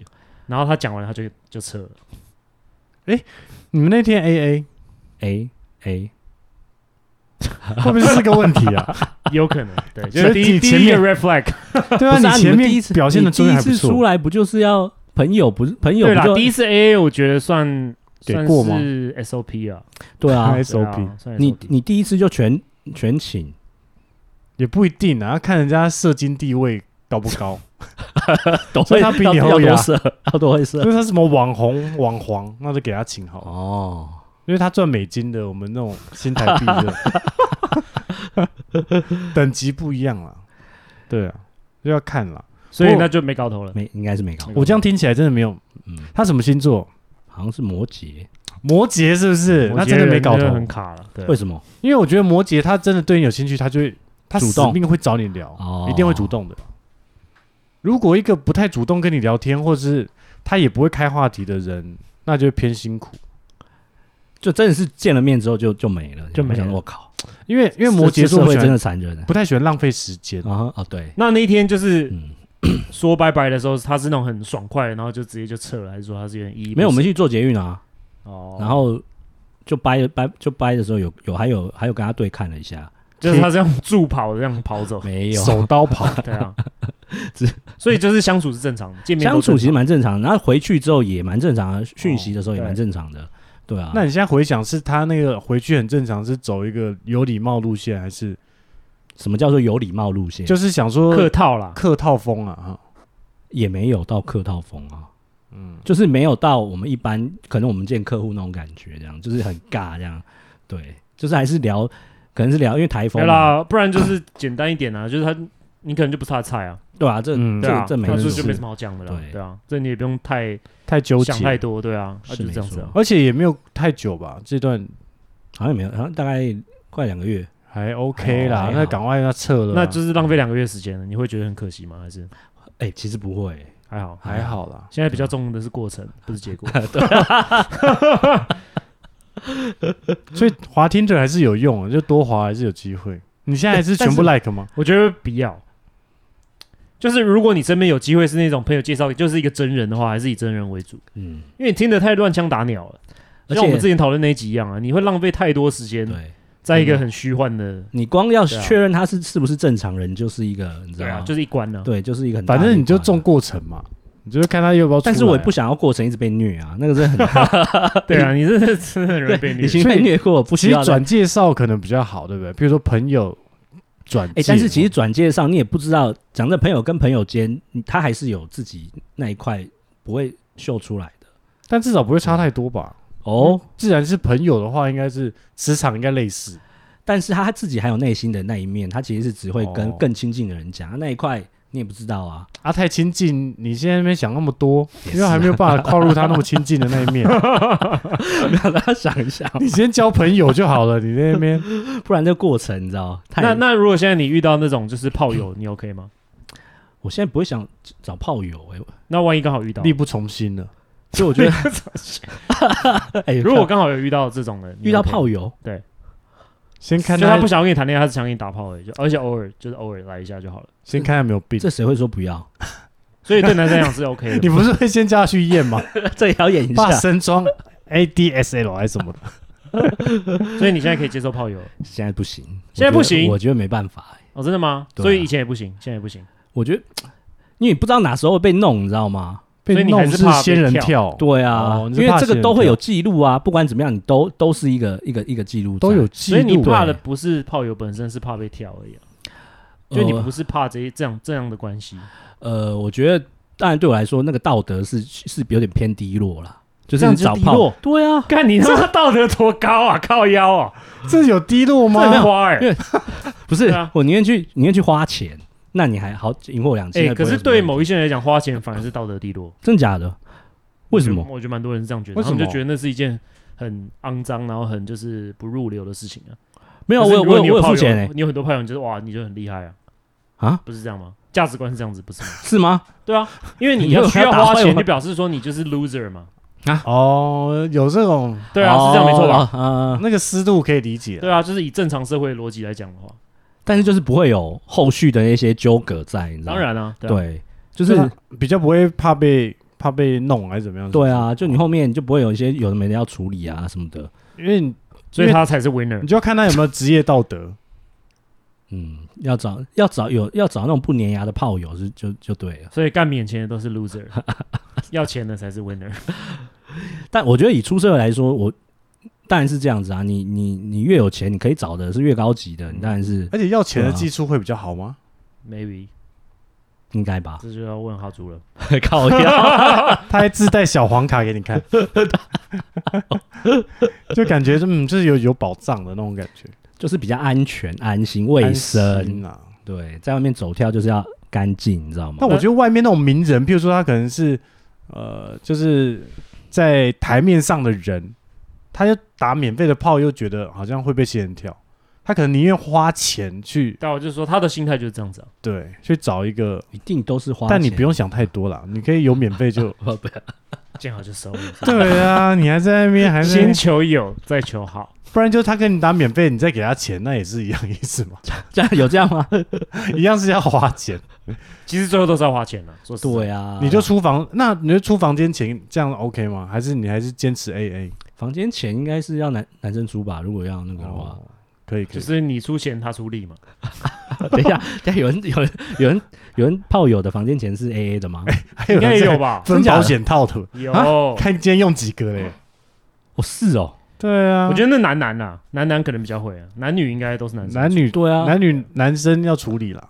Speaker 1: 然后他讲完他就就撤了。
Speaker 2: 你们那天 A
Speaker 3: 哎哎，
Speaker 2: A 会不会是个问题 啊？
Speaker 1: 也有可能，对，就
Speaker 2: 所
Speaker 1: 是第
Speaker 2: 以自己
Speaker 1: 一第
Speaker 2: 前
Speaker 1: 一个 red
Speaker 2: 面
Speaker 1: flag，
Speaker 2: 对
Speaker 3: 不是啊，
Speaker 2: 你前
Speaker 3: 们第一
Speaker 2: 面
Speaker 3: 次
Speaker 2: 表现的
Speaker 3: 你
Speaker 2: 真的还
Speaker 3: 第
Speaker 2: 不
Speaker 3: 一次出
Speaker 2: 错，
Speaker 3: 来不就是要朋友不是朋友
Speaker 1: 对啦
Speaker 3: 不，就
Speaker 1: 第一次 AA 我觉得算
Speaker 2: 给
Speaker 1: 算
Speaker 2: 过吗
Speaker 1: 是 SOP 啊
Speaker 3: 对啊，
Speaker 1: 对啊
Speaker 2: SOP
Speaker 1: 算 SOP
Speaker 3: 你你第一次就全全请，
Speaker 2: 也不一定啊，看人家射精地位高不高，
Speaker 3: 懂
Speaker 2: 所以他比你
Speaker 3: 要
Speaker 2: 会啊
Speaker 3: 多色，要多会
Speaker 2: 因
Speaker 3: 色
Speaker 2: 为他什么网红网黄，那就给他请好了，
Speaker 3: 哦。
Speaker 2: 因为他赚美金的，我们那种新台币的等级不一样啦。对啊，就要看啦。
Speaker 1: 所以
Speaker 2: 不
Speaker 1: 那就没搞头了。
Speaker 3: 没，应该是没搞，
Speaker 2: 我这样听起来真的没有，
Speaker 3: 嗯，
Speaker 2: 他什么星座？
Speaker 3: 好像是摩羯，
Speaker 2: 摩羯是不是？
Speaker 1: 我
Speaker 2: 那
Speaker 1: 觉
Speaker 2: 真
Speaker 1: 得
Speaker 2: 的没搞
Speaker 1: 人真的
Speaker 2: 头
Speaker 1: 很。卡了。对
Speaker 3: 为，什么？
Speaker 2: 因为我觉得摩羯他真的对你有兴趣，他就会他
Speaker 3: 主
Speaker 2: 死
Speaker 3: 动
Speaker 2: 命会找你聊，
Speaker 3: 哦
Speaker 2: 一定会主动的。如果一个不太主动跟你聊天，或者是他也不会开话题的人，那就偏辛苦。
Speaker 3: 就真的是见了面之后就就没了，
Speaker 1: 就没了
Speaker 3: 我想说我靠，
Speaker 2: 因为因为摩羯
Speaker 3: 这社
Speaker 2: 座
Speaker 3: 会
Speaker 2: 喜
Speaker 3: 真
Speaker 2: 欢
Speaker 3: 的残忍啊
Speaker 2: 不太喜欢浪费时间，
Speaker 3: 啊哦对，
Speaker 1: 那那一天就是
Speaker 3: 嗯，
Speaker 1: 说拜拜的时候，他是那种很爽快，然后就直接就撤了，还是说他是有点 E 意义不
Speaker 3: 没有我们
Speaker 1: 深
Speaker 3: 去做捷运啊，
Speaker 1: 哦，
Speaker 3: 然后就掰掰就掰的时候有有还有还有跟他对看了一下，
Speaker 1: 就是他这样助跑这样跑走，
Speaker 3: 没有
Speaker 2: 手刀 跑。
Speaker 1: 对啊
Speaker 3: 只，
Speaker 1: 所以就是相处是正常的，见面
Speaker 3: 相
Speaker 1: 都
Speaker 3: 处
Speaker 1: 正
Speaker 3: 其实
Speaker 1: 常哦
Speaker 3: 蛮正常的，然后回去之后也蛮正常的，讯息的时候也
Speaker 1: 对
Speaker 3: 蛮正常的，对啊，
Speaker 2: 那你现在回想，是他那个回去很正常，是走一个有礼貌路线，还是
Speaker 3: 什么叫做有礼貌路线？
Speaker 2: 就是想说
Speaker 1: 客套啦，
Speaker 2: 客套风啊？哈，
Speaker 3: 也没有到客套风啊，
Speaker 2: 嗯，
Speaker 3: 就是没有到我们一般可能我们见客户那种感觉，这样就是很尬这样，对，就是还是聊，可能是聊，因为台
Speaker 1: 对
Speaker 3: 风嘛，
Speaker 1: 啦，不然就是简单一点啊，就是他你可能就不是他的菜啊，
Speaker 3: 对啊，这
Speaker 2: 嗯
Speaker 1: 对
Speaker 3: 这
Speaker 1: 啊，
Speaker 3: 这没
Speaker 1: 那
Speaker 3: 什
Speaker 1: 就
Speaker 3: 么
Speaker 1: 就没什
Speaker 3: 事，
Speaker 1: 么好讲的啦，
Speaker 3: 对
Speaker 1: 对啊，这你也不用太
Speaker 2: 太纠
Speaker 1: 想太
Speaker 2: 结，
Speaker 1: 多，对啊，那
Speaker 3: 是
Speaker 1: 就是这样子
Speaker 3: 没
Speaker 1: 啊。
Speaker 2: 而且也没有太久吧，这段
Speaker 3: 好像也没有，好像大概快两个月，
Speaker 2: 还 OK
Speaker 3: 还
Speaker 2: 啦
Speaker 3: 好，
Speaker 2: 那赶快要撤了啊，
Speaker 1: 那就是浪费两个月时间了，你会觉得很可惜吗？还是
Speaker 3: 哎，其实不会，
Speaker 1: 还好？
Speaker 2: 还好啦。
Speaker 1: 现在比较重的是过程，不是结果。
Speaker 2: 所以滑 Tinder 还是有用啊的，就多滑还是有机会。你现在还是全部 like 吗？
Speaker 1: 我觉得不要。就是如果你身边有机会是那种朋友介绍，就是一个真人的话，还是以真人为主，
Speaker 3: 嗯，
Speaker 1: 因为你听得太乱枪打鸟了，
Speaker 3: 而
Speaker 1: 像我们之
Speaker 3: 且
Speaker 1: 前讨论那一集一样啊，你会浪费太多时间
Speaker 3: 对
Speaker 1: 在一个很虚幻的，
Speaker 3: 你光要
Speaker 1: 对啊
Speaker 3: 确认他是是不是正常人，就是一个你知
Speaker 1: 对
Speaker 3: 道
Speaker 1: 啊，
Speaker 3: 吗？
Speaker 1: 就是一关呢、
Speaker 3: 对，就是一个很大
Speaker 2: 反
Speaker 3: 的
Speaker 2: 正你就
Speaker 3: 一环
Speaker 2: 重过程嘛，你就是看他要不要出来啊。
Speaker 3: 但是我也不想要过程一直被虐啊，那个真的很
Speaker 1: 对啊，你这是真的很容易被
Speaker 3: 已
Speaker 1: 虐。
Speaker 3: 经被虐过，不
Speaker 2: 其
Speaker 3: 需
Speaker 2: 实
Speaker 3: 要再
Speaker 2: 转介绍可能比较好，对不对？比如说朋友转
Speaker 3: 哎、
Speaker 2: 介
Speaker 3: 但是其实转介上你也不知道，讲这朋友跟朋友间，你他还是有自己那一块不会秀出来的
Speaker 2: 但至少不会差太多吧？
Speaker 3: 哦。
Speaker 2: 既然是朋友的话，应该是职场应该类似。
Speaker 3: 但是他自己还有内心的那一面，他其实是只会跟
Speaker 2: 哦
Speaker 3: 更亲近的人讲，那一块你也不知道啊。
Speaker 2: 啊，太亲近，你现在没想那么多，
Speaker 3: 也啊
Speaker 2: 因为还没有办法跨入他那么亲近的那一 面。
Speaker 3: 让他想一想，
Speaker 2: 你先交朋友就好了，你那 边
Speaker 3: 不然这过程你知道太
Speaker 1: 那那如果现在你遇到那种就是炮友，你 OK 吗？
Speaker 3: 我现在不会想找炮友哎、
Speaker 1: 那万一刚好遇到，
Speaker 2: 力不从心了。
Speaker 3: 所以我觉 得 哎、
Speaker 1: 如果刚好有遇到这种人，
Speaker 3: 遇到炮
Speaker 1: 友，
Speaker 3: 友，
Speaker 2: 先看
Speaker 1: 就他
Speaker 2: 他
Speaker 1: 不，想跟你谈恋爱，他只想跟你打炮而已，就而且偶尔就是偶尔来一下就好了。
Speaker 2: 先看他有没有病。
Speaker 3: 这谁会说 不要？
Speaker 1: 所以对男生来讲是 OK
Speaker 2: 你
Speaker 1: 的。
Speaker 2: 不是会先叫他去验吗？
Speaker 3: 这也要 演一下
Speaker 2: 把。神装 ADSL 还是什么的？
Speaker 1: 所以你现在可以接受炮友
Speaker 3: 现在不行，
Speaker 1: 现在不行
Speaker 3: 我觉得我觉得没办法、哎
Speaker 1: 哦？真的吗？
Speaker 3: 对啊
Speaker 1: 所以以前也不行，现在也不行。
Speaker 3: 我觉得因为你不知道哪时候会被弄，你知道吗？
Speaker 1: 所以
Speaker 2: 被
Speaker 1: 你还
Speaker 2: 弄
Speaker 1: 是
Speaker 2: 是
Speaker 1: 怕被
Speaker 2: 仙人
Speaker 1: 跳
Speaker 2: 跳，
Speaker 3: 对啊，
Speaker 2: 哦你
Speaker 3: 因
Speaker 2: 是
Speaker 3: 为
Speaker 2: 怕
Speaker 3: 这
Speaker 2: 仙
Speaker 3: 个
Speaker 2: 人
Speaker 3: 都会
Speaker 2: 跳
Speaker 3: 有记录啊，不管怎么样，你都都是一个一个一个记录在，
Speaker 2: 都有记
Speaker 1: 所
Speaker 2: 录。
Speaker 1: 以你怕的
Speaker 3: 对
Speaker 1: 不是炮友本身，是怕被跳而已啊、
Speaker 3: 呃。
Speaker 1: 就你不是怕这一这样这样的关系，
Speaker 3: 呃，我觉得当然对我来说，那个道德是是有点偏低落啦，就
Speaker 1: 这
Speaker 3: 是
Speaker 1: 样就
Speaker 3: 找
Speaker 1: 低
Speaker 3: 炮
Speaker 1: 落，
Speaker 3: 对啊，
Speaker 1: 看你他妈道德多高啊，靠腰 啊，
Speaker 2: 这有低落吗？
Speaker 1: 犯花哎、
Speaker 3: 因为不是
Speaker 1: 对啊
Speaker 3: 我宁愿去宁愿去花钱，那你还好赢货两千
Speaker 1: 哎、
Speaker 3: 还不
Speaker 1: 可
Speaker 3: 会
Speaker 1: 是
Speaker 3: 有什么
Speaker 1: 对
Speaker 3: 问题
Speaker 1: 某一些人来讲，花钱反而是道德低落。
Speaker 3: 真假的，为
Speaker 1: 我
Speaker 3: 什
Speaker 1: 觉
Speaker 3: 么
Speaker 1: 得？我觉得蛮多人是这样觉得，
Speaker 2: 为什
Speaker 1: 他
Speaker 2: 么
Speaker 1: 们就觉得那是一件很肮脏，然后很就是不入流的事情啊。
Speaker 3: 没有，
Speaker 1: 可
Speaker 3: 我
Speaker 1: 是
Speaker 3: 有
Speaker 1: 如果
Speaker 3: 我
Speaker 1: 你
Speaker 3: 有我有
Speaker 1: 炮
Speaker 3: 付
Speaker 1: 友
Speaker 3: 钱哎
Speaker 1: 你有很多炮友，你就是哇，你就很厉害啊，
Speaker 3: 啊，
Speaker 1: 不是这样吗？价值观是这样子，不是 吗？
Speaker 3: 是吗？
Speaker 1: 对啊，因为你
Speaker 3: 你又
Speaker 1: 要需要
Speaker 3: 打
Speaker 1: 花
Speaker 3: 坏
Speaker 1: 钱，
Speaker 3: 我
Speaker 1: 就表示说你就是 loser 嘛。
Speaker 2: 哦，有这种
Speaker 1: 对啊，是这样没错吧？
Speaker 3: 吧？
Speaker 1: 啊
Speaker 3: 嗯，
Speaker 2: 那个思路可以理解。
Speaker 1: 对啊，就是以正常社会逻辑来讲的话，
Speaker 3: 但是就是不会有后续的那些纠葛在，你知道
Speaker 1: 当
Speaker 3: 吗？
Speaker 1: 然啊，对啊
Speaker 3: 对，就
Speaker 2: 就是
Speaker 3: 是
Speaker 2: 比较不会怕被怕被弄还是怎么样？
Speaker 3: 对啊，就你后面就不会有一些有的没的要处理啊什么的。
Speaker 2: 因为你
Speaker 1: 所以他才是 winner
Speaker 2: 你。就要看他有没有职业道德。
Speaker 3: 嗯，要找要找有要找那种不粘牙的炮友是就就对了。
Speaker 1: 所以干免钱的都是 loser，要钱的才是 winner。
Speaker 3: 但我觉得以出社会来说，我当然是这样子啊。你你你越有钱，你可以找的是越高级的，你当然是
Speaker 2: 而且要钱的
Speaker 3: 对啊
Speaker 2: 技术会比较好吗？
Speaker 1: Maybe
Speaker 3: 应该
Speaker 2: 啊
Speaker 3: 吧。
Speaker 1: 这就要问哈猪了。
Speaker 3: 靠腰，
Speaker 2: 他还自带小黄卡给你 看，就感觉嗯，就是有有保障的那种感觉，
Speaker 3: 就是比较安全、安心、卫
Speaker 2: 安
Speaker 3: 生。
Speaker 2: 心啊。
Speaker 3: 对，在外面走跳就是要干净，你知道吗
Speaker 1: 嗯
Speaker 2: 但？我觉得外面那种名人，譬如说他可能是呃，就是在台面上的人，他就打免费的炮，又觉得好像会被仙人跳，他可能宁愿花钱去
Speaker 1: 但我就说他的心态就是这样子啊。
Speaker 2: 对去找一个，
Speaker 3: 一定都是花钱，
Speaker 2: 但你不用想太多啦，你可以有免 费就
Speaker 3: 不不
Speaker 1: 见好就收，
Speaker 2: 对啊，你还在那边还在那
Speaker 1: 先
Speaker 2: 边，
Speaker 1: 求有，再求好。
Speaker 2: 不然就他跟你打免费，你再给他钱，那也是一样意思 嘛，
Speaker 3: 这样有这 样吗？
Speaker 2: 一样是要花钱，
Speaker 1: 其实最后都是要花钱的、说实在，
Speaker 3: 对啊，
Speaker 2: 你就出房，那你就出房间钱，这样 OK 吗？还是你还是坚持 AA？
Speaker 3: 房间钱应该是要男男生出吧？如果要那个的话
Speaker 2: 哦，，可以可
Speaker 1: 啊就
Speaker 2: 以，
Speaker 1: 是你出钱，他出力嘛。
Speaker 2: 哦
Speaker 3: 等一下，等一下有人有人有人有人炮友的房间钱是哎 A A 的吗？
Speaker 2: 还
Speaker 1: 应
Speaker 2: 人
Speaker 1: 该也
Speaker 2: 在
Speaker 1: 有 吧？
Speaker 2: 分
Speaker 3: 真假的
Speaker 2: 保险套的。
Speaker 1: 有，
Speaker 2: 啊
Speaker 1: 我
Speaker 2: 看今天用几个嘞？
Speaker 3: 哦，是哦，
Speaker 2: 对啊，
Speaker 1: 觉得那男男啊，男男可能比较会啊，男女应该都是男生
Speaker 2: 男女
Speaker 3: 对啊，
Speaker 2: 男女男生要处理啦，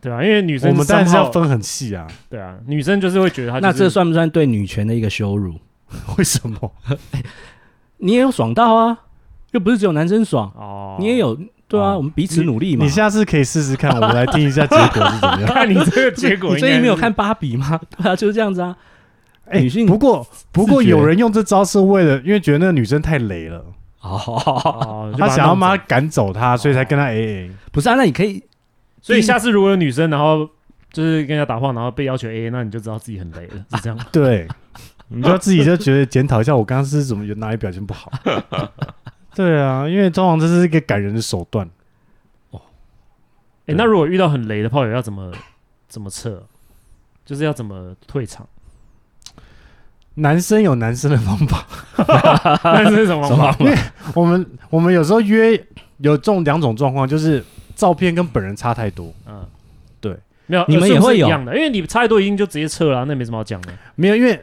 Speaker 1: 对啊，因为女生
Speaker 2: 我们当然是
Speaker 1: 三号
Speaker 2: 要分很细啊。
Speaker 1: 对啊，女生就是会觉得他、
Speaker 3: 那
Speaker 1: 就是、
Speaker 3: 这算不算对女权的一个羞辱？
Speaker 2: 为什么？
Speaker 3: 你也有爽到啊，又不是只有男生爽，
Speaker 1: 哦，
Speaker 3: 你也 有对啊，
Speaker 2: 哦
Speaker 3: 我们彼此努力嘛。
Speaker 2: 你下次可以试试看，我们来听一下结果是 怎么样。
Speaker 1: 看你这个结果，
Speaker 3: 你最近没有看？芭比吗？ 对啊，就是这样子啊。
Speaker 2: 哎
Speaker 3: 女性
Speaker 2: 不过不过
Speaker 3: 自觉
Speaker 2: 有人用这招是为了，因为觉得那个女生太雷了，
Speaker 3: 哦，
Speaker 1: 哦，就
Speaker 2: 他
Speaker 1: 把
Speaker 2: 想
Speaker 1: 弄
Speaker 2: 要
Speaker 1: 走
Speaker 2: 妈赶走她，所以才跟她 AA。
Speaker 3: 不是啊，那你可以
Speaker 1: 所以下次如果有女生，然后就是跟人家打炮，然后被要求 AA，那你就知道自己很累了，是这样吗。
Speaker 2: 对，你就自己就觉得检讨一下，我刚刚是怎么有哪里表现不好？对啊，因为通常这是一个感人的手段，
Speaker 1: 哎、
Speaker 2: 对
Speaker 1: 那如果遇到很雷的炮友，要怎么怎么撤？就是要怎么退场？
Speaker 2: 男生有男生的方法。
Speaker 1: 那是什么方法？
Speaker 2: 我们我们有时候约有这种两种状况，就是照片跟本人差太多，
Speaker 1: 嗯，
Speaker 2: 对，
Speaker 1: 没有，
Speaker 3: 你
Speaker 1: 是
Speaker 3: 们
Speaker 1: 不
Speaker 3: 也
Speaker 1: 是
Speaker 3: 会有
Speaker 1: 一样的，因为你差太多已经就直接撤了啊、那没什么好讲的。
Speaker 2: 没有，因为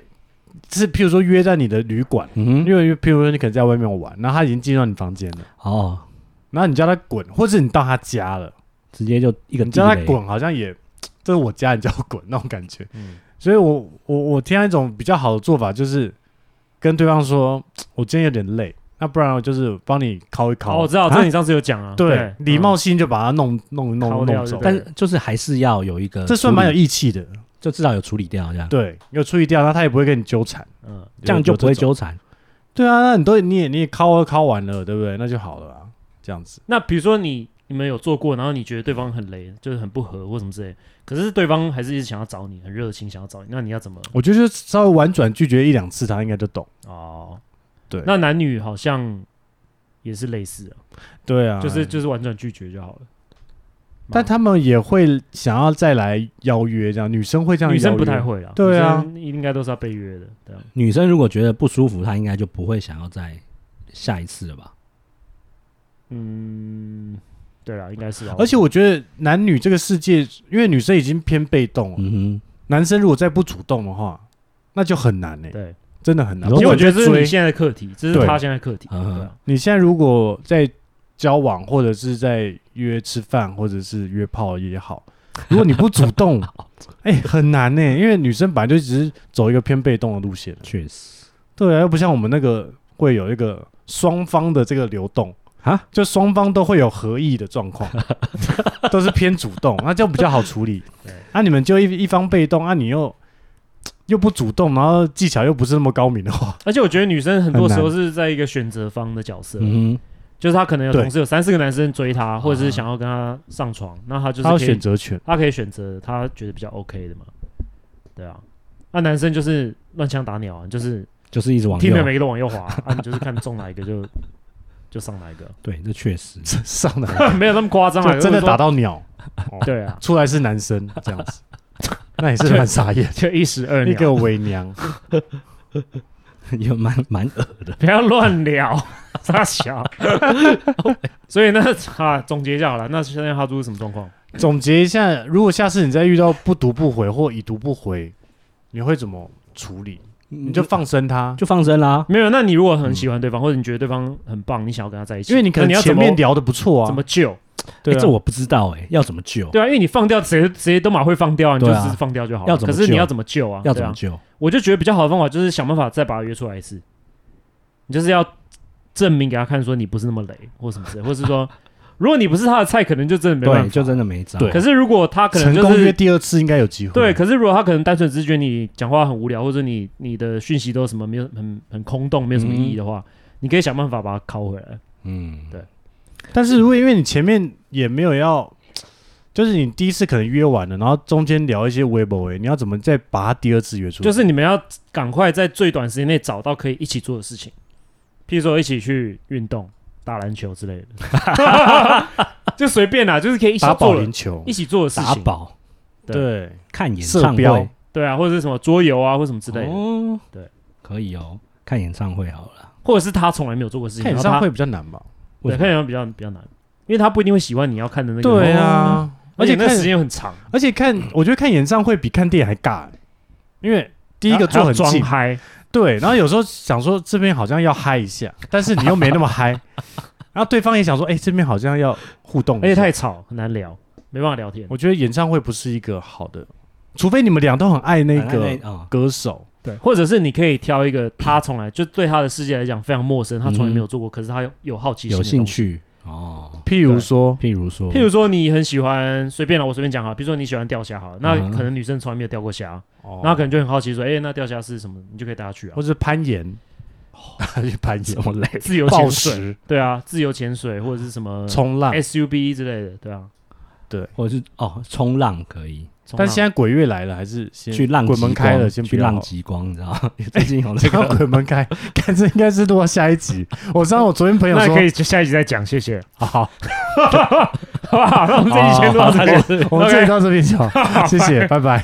Speaker 2: 是譬如说约在你的旅馆，
Speaker 3: 嗯哼
Speaker 2: 因为譬如说你可能在外面玩，然后他已经进到你房间了，
Speaker 3: 哦，
Speaker 2: 然后你叫他滚，或者你到他家了，
Speaker 3: 直接就一个
Speaker 2: 你
Speaker 3: 地
Speaker 2: 叫他
Speaker 3: 雷。
Speaker 2: 滚，好像也这是我家，你叫我滚那种感觉。
Speaker 1: 嗯
Speaker 2: 所以我我我听到一种比较好的做法，就是跟对方说，我今天有点累，那不然我就是帮你敲一敲。
Speaker 1: 哦好，我知道，这你上次有讲啊，
Speaker 2: 对，礼
Speaker 1: 嗯
Speaker 2: 貌性就把它弄弄
Speaker 1: 敲
Speaker 2: 弄
Speaker 1: 掉
Speaker 2: 弄
Speaker 1: 就
Speaker 2: 走，
Speaker 1: 对
Speaker 3: 但就是还是要有一个，
Speaker 2: 这算蛮有，义气的。
Speaker 3: 就至少有处理掉这样，
Speaker 2: 对，有处理掉，那他也不会跟你纠缠，
Speaker 1: 嗯，
Speaker 3: 这样就不会
Speaker 2: 有这种。
Speaker 3: 纠缠。
Speaker 2: 对啊，那你都你也你也敲都敲完了，对不对？那就好了啊，这样子。
Speaker 1: 那比如说你你们有做过，然后你觉得对方很雷，就是很不合或什么之类，可是对方还是一直想要找你，很热情想要找你，那你要怎么？
Speaker 2: 我觉得就稍微婉转拒绝一两次，他应该就懂。
Speaker 1: 哦，
Speaker 2: 对，
Speaker 1: 那男女好像也是类似啊，
Speaker 2: 对啊，
Speaker 1: 就是就是婉转拒绝就好了。
Speaker 2: 但他们也会想要再来邀约，这样女生会这样，
Speaker 1: 女生不太，会啦，
Speaker 2: 对啊
Speaker 1: 女生应该都是要被约的，对啊。
Speaker 3: 女生如果觉得不舒服，她应该就不会想要再下一次了吧？
Speaker 1: 嗯，对啦，应该是啊。
Speaker 2: 而且我觉得男女这个世界，因为女生已经偏被动了，
Speaker 3: 嗯
Speaker 2: 男生如果再不主动的话，那就很难呢、
Speaker 1: 对，
Speaker 2: 真的很难。
Speaker 3: 如
Speaker 1: 因
Speaker 3: 果
Speaker 1: 为我觉得
Speaker 2: 不
Speaker 1: 这是
Speaker 2: 管在
Speaker 1: 你
Speaker 2: 追
Speaker 1: 现在的课题，这是
Speaker 2: 对
Speaker 1: 他现在的课题。
Speaker 3: 嗯
Speaker 1: 对啊
Speaker 2: 你现在如果在交往或者是在约吃饭或者是约炮也好，如果你不主动，哎、很难呢、因为女生本来就只是走一个偏被动的路线
Speaker 3: 哼，。确实
Speaker 2: 对啊，又不像我们那个会有一个双方的这个流动
Speaker 3: 啊，
Speaker 2: 就双方都会有合意的状况，都是偏主动，那这样比较好处理
Speaker 1: 对。
Speaker 2: 啊，你们就一一方被动，啊，你又又不主动，然后技巧又不是那么高明的话，
Speaker 1: 而且我觉得女生很多
Speaker 2: 很
Speaker 1: 时
Speaker 2: 难
Speaker 1: 候是在一个选择方的角色，
Speaker 3: 嗯哼，
Speaker 1: 就是她可能有
Speaker 2: 对
Speaker 1: 同时有三四个男生追她，或者是想要跟她上床，那她就
Speaker 2: 他有
Speaker 1: 是可
Speaker 2: 啊选
Speaker 1: 以，
Speaker 2: 择权。
Speaker 1: 她可以选择她觉得比较 OK 的嘛。对啊，那男生就是乱枪打鸟啊，就是
Speaker 3: 就是一直往
Speaker 1: 听的
Speaker 3: 右。
Speaker 1: 每个都往右滑啊，啊你就是看中哪一个就就上哪一 个，
Speaker 3: 对，这确实。
Speaker 2: 上来
Speaker 1: 没有那么夸张啊，
Speaker 2: 就真的打
Speaker 1: 到
Speaker 2: 到鸟，
Speaker 1: 对啊，，
Speaker 2: 出来是男生这样子， 那也是蛮傻眼
Speaker 1: 就一石二
Speaker 2: 一
Speaker 1: 鸟，
Speaker 2: 个伪娘。
Speaker 3: 也蛮蛮恶的。
Speaker 1: 不要乱聊， 傻小。所以呢，啊，总结一下好了，那现在哈猪是什么状况？
Speaker 2: 总结一下，如果下次你再遇到不读不回或已读不回，你会怎么处理？你
Speaker 3: 你
Speaker 2: 就放生他，
Speaker 3: 就放生啦，
Speaker 1: 没有，那你如果很喜欢对
Speaker 3: 嗯
Speaker 1: 方，或者你觉得对方很棒，你想要跟他在一起，
Speaker 2: 因为你可
Speaker 1: 那你要
Speaker 2: 能前
Speaker 1: 怎么
Speaker 2: 面聊的不错啊，
Speaker 1: 怎么救？
Speaker 2: 对
Speaker 3: 诶
Speaker 2: 啊
Speaker 3: 这我不知道哎，要怎么救？
Speaker 1: 对啊，因为你放掉谁谁都马会放掉啊，你就
Speaker 3: 对啊
Speaker 1: 只是放掉就好
Speaker 3: 要
Speaker 1: 了。
Speaker 3: 怎
Speaker 1: 可
Speaker 3: 么
Speaker 1: 是你
Speaker 3: 救
Speaker 1: 要怎么救啊？
Speaker 3: 要怎么
Speaker 1: 对啊？
Speaker 3: 救？
Speaker 1: 我就觉得比较好的方法就是想办法再把他约出来一次，你就是要证明给他看说你不是那么雷或什么之类，或是说如果你不是他的菜，可能就真的没办
Speaker 3: 对，
Speaker 1: 法。
Speaker 3: 就真的没招。
Speaker 2: 对
Speaker 1: 可是如果他可能
Speaker 2: 成
Speaker 1: 就
Speaker 2: 功
Speaker 1: 是
Speaker 2: 约第二次应该有机会。
Speaker 1: 对，可是如果他可能单纯只是觉得你讲话很无聊，或者你你的讯息都什么没有很很空洞，没有什么意义的
Speaker 2: 嗯
Speaker 1: 话，你可以想办法把它拷回来。
Speaker 3: 嗯，
Speaker 2: 但是如果因为你前面也没有要，就是你第一次可能约完了，然后中间聊一些微博，你要怎么再把他第二次约出来？
Speaker 1: 就是你们要赶快在最短时间内找到可以一起做的事情，譬如说一起去运动、打篮球之类 的， 就随便啦，就是可以一起
Speaker 2: 打保
Speaker 1: 做的
Speaker 2: 龄球
Speaker 1: 一，起做的事
Speaker 3: 打
Speaker 1: 情。
Speaker 3: 宝、
Speaker 2: 对，
Speaker 3: 看演
Speaker 2: 射
Speaker 3: 唱
Speaker 2: 标
Speaker 3: 会，
Speaker 1: 对啊，或者是什么桌游啊，或什么之类的，
Speaker 3: 哦，
Speaker 1: 对，
Speaker 3: 可以哦，看演唱会好了。
Speaker 1: 或者是他从来没有做过的事情，
Speaker 2: 看演
Speaker 1: 然
Speaker 2: 唱
Speaker 1: 后
Speaker 2: 会比较难吧？
Speaker 1: 他对看演唱会比较比较难，因为他不一定会喜欢你要看的那个，哦
Speaker 2: 对，啊，
Speaker 1: 而
Speaker 2: 而
Speaker 1: 且
Speaker 2: 且
Speaker 1: 那
Speaker 2: 看
Speaker 1: 时间又很长，
Speaker 2: 而且看，我觉得看演唱会比看电影还尬，因为第一个
Speaker 1: 还要
Speaker 2: 坐很
Speaker 1: 装
Speaker 2: 近，
Speaker 1: 嗨，
Speaker 2: 对，然后有时候想说这边好像要嗨一下，但是你又没那 么嗨，然后对方也想说，哎、这边好像要互动一下，
Speaker 1: 而且太吵，很难聊，没办法聊天。
Speaker 2: 我觉得演唱会不是一个好的，除非你们俩都很爱那
Speaker 1: 哎
Speaker 2: 个
Speaker 3: 啊，
Speaker 2: 歌手，
Speaker 1: 对，或者是你可以挑一个他从来就对他的世界来讲非常陌生，他从来没有做过，可是他有有好奇心，
Speaker 3: 有兴。趣哦。
Speaker 2: 譬如说，
Speaker 3: 譬如说，
Speaker 1: 譬如说你很喜欢，随便了，我随便讲哈，比如说你喜欢钓虾好了，那
Speaker 3: 嗯
Speaker 1: 可能女生从来没有钓过虾，
Speaker 2: 哦
Speaker 1: 那可能就很好奇说，哎，那钓虾是什么？你就可以带她去啊
Speaker 2: 或，者是攀岩，
Speaker 1: 哦
Speaker 2: 去攀
Speaker 3: 什
Speaker 2: 岩、
Speaker 3: 么类，
Speaker 1: 自由
Speaker 2: 暴
Speaker 1: 潜水，
Speaker 2: 食、
Speaker 1: 对啊，自由潜水或者是什么
Speaker 2: 冲浪，
Speaker 1: SUB 之类的，对啊。
Speaker 3: 或者是哦，冲浪可以，
Speaker 2: 但现
Speaker 1: 在
Speaker 2: 在鬼月来了，还是先
Speaker 3: 去浪
Speaker 2: 滚门
Speaker 3: 极
Speaker 2: 开
Speaker 3: 光
Speaker 1: 哦
Speaker 2: 了，先不
Speaker 3: 去
Speaker 2: 要
Speaker 3: 浪
Speaker 2: 好
Speaker 3: 极光，你知道吗？ 最近有
Speaker 2: 这
Speaker 3: 那
Speaker 2: 个
Speaker 3: 个
Speaker 2: 鬼门开，看这应该是录到下一集。我知道我昨天朋友
Speaker 1: 那
Speaker 2: 说
Speaker 1: 可，以下一集再讲，谢谢。
Speaker 2: 好，
Speaker 1: 好不好？那我们这一期先录到这边。
Speaker 2: 我们这里到这边讲，谢谢，拜拜。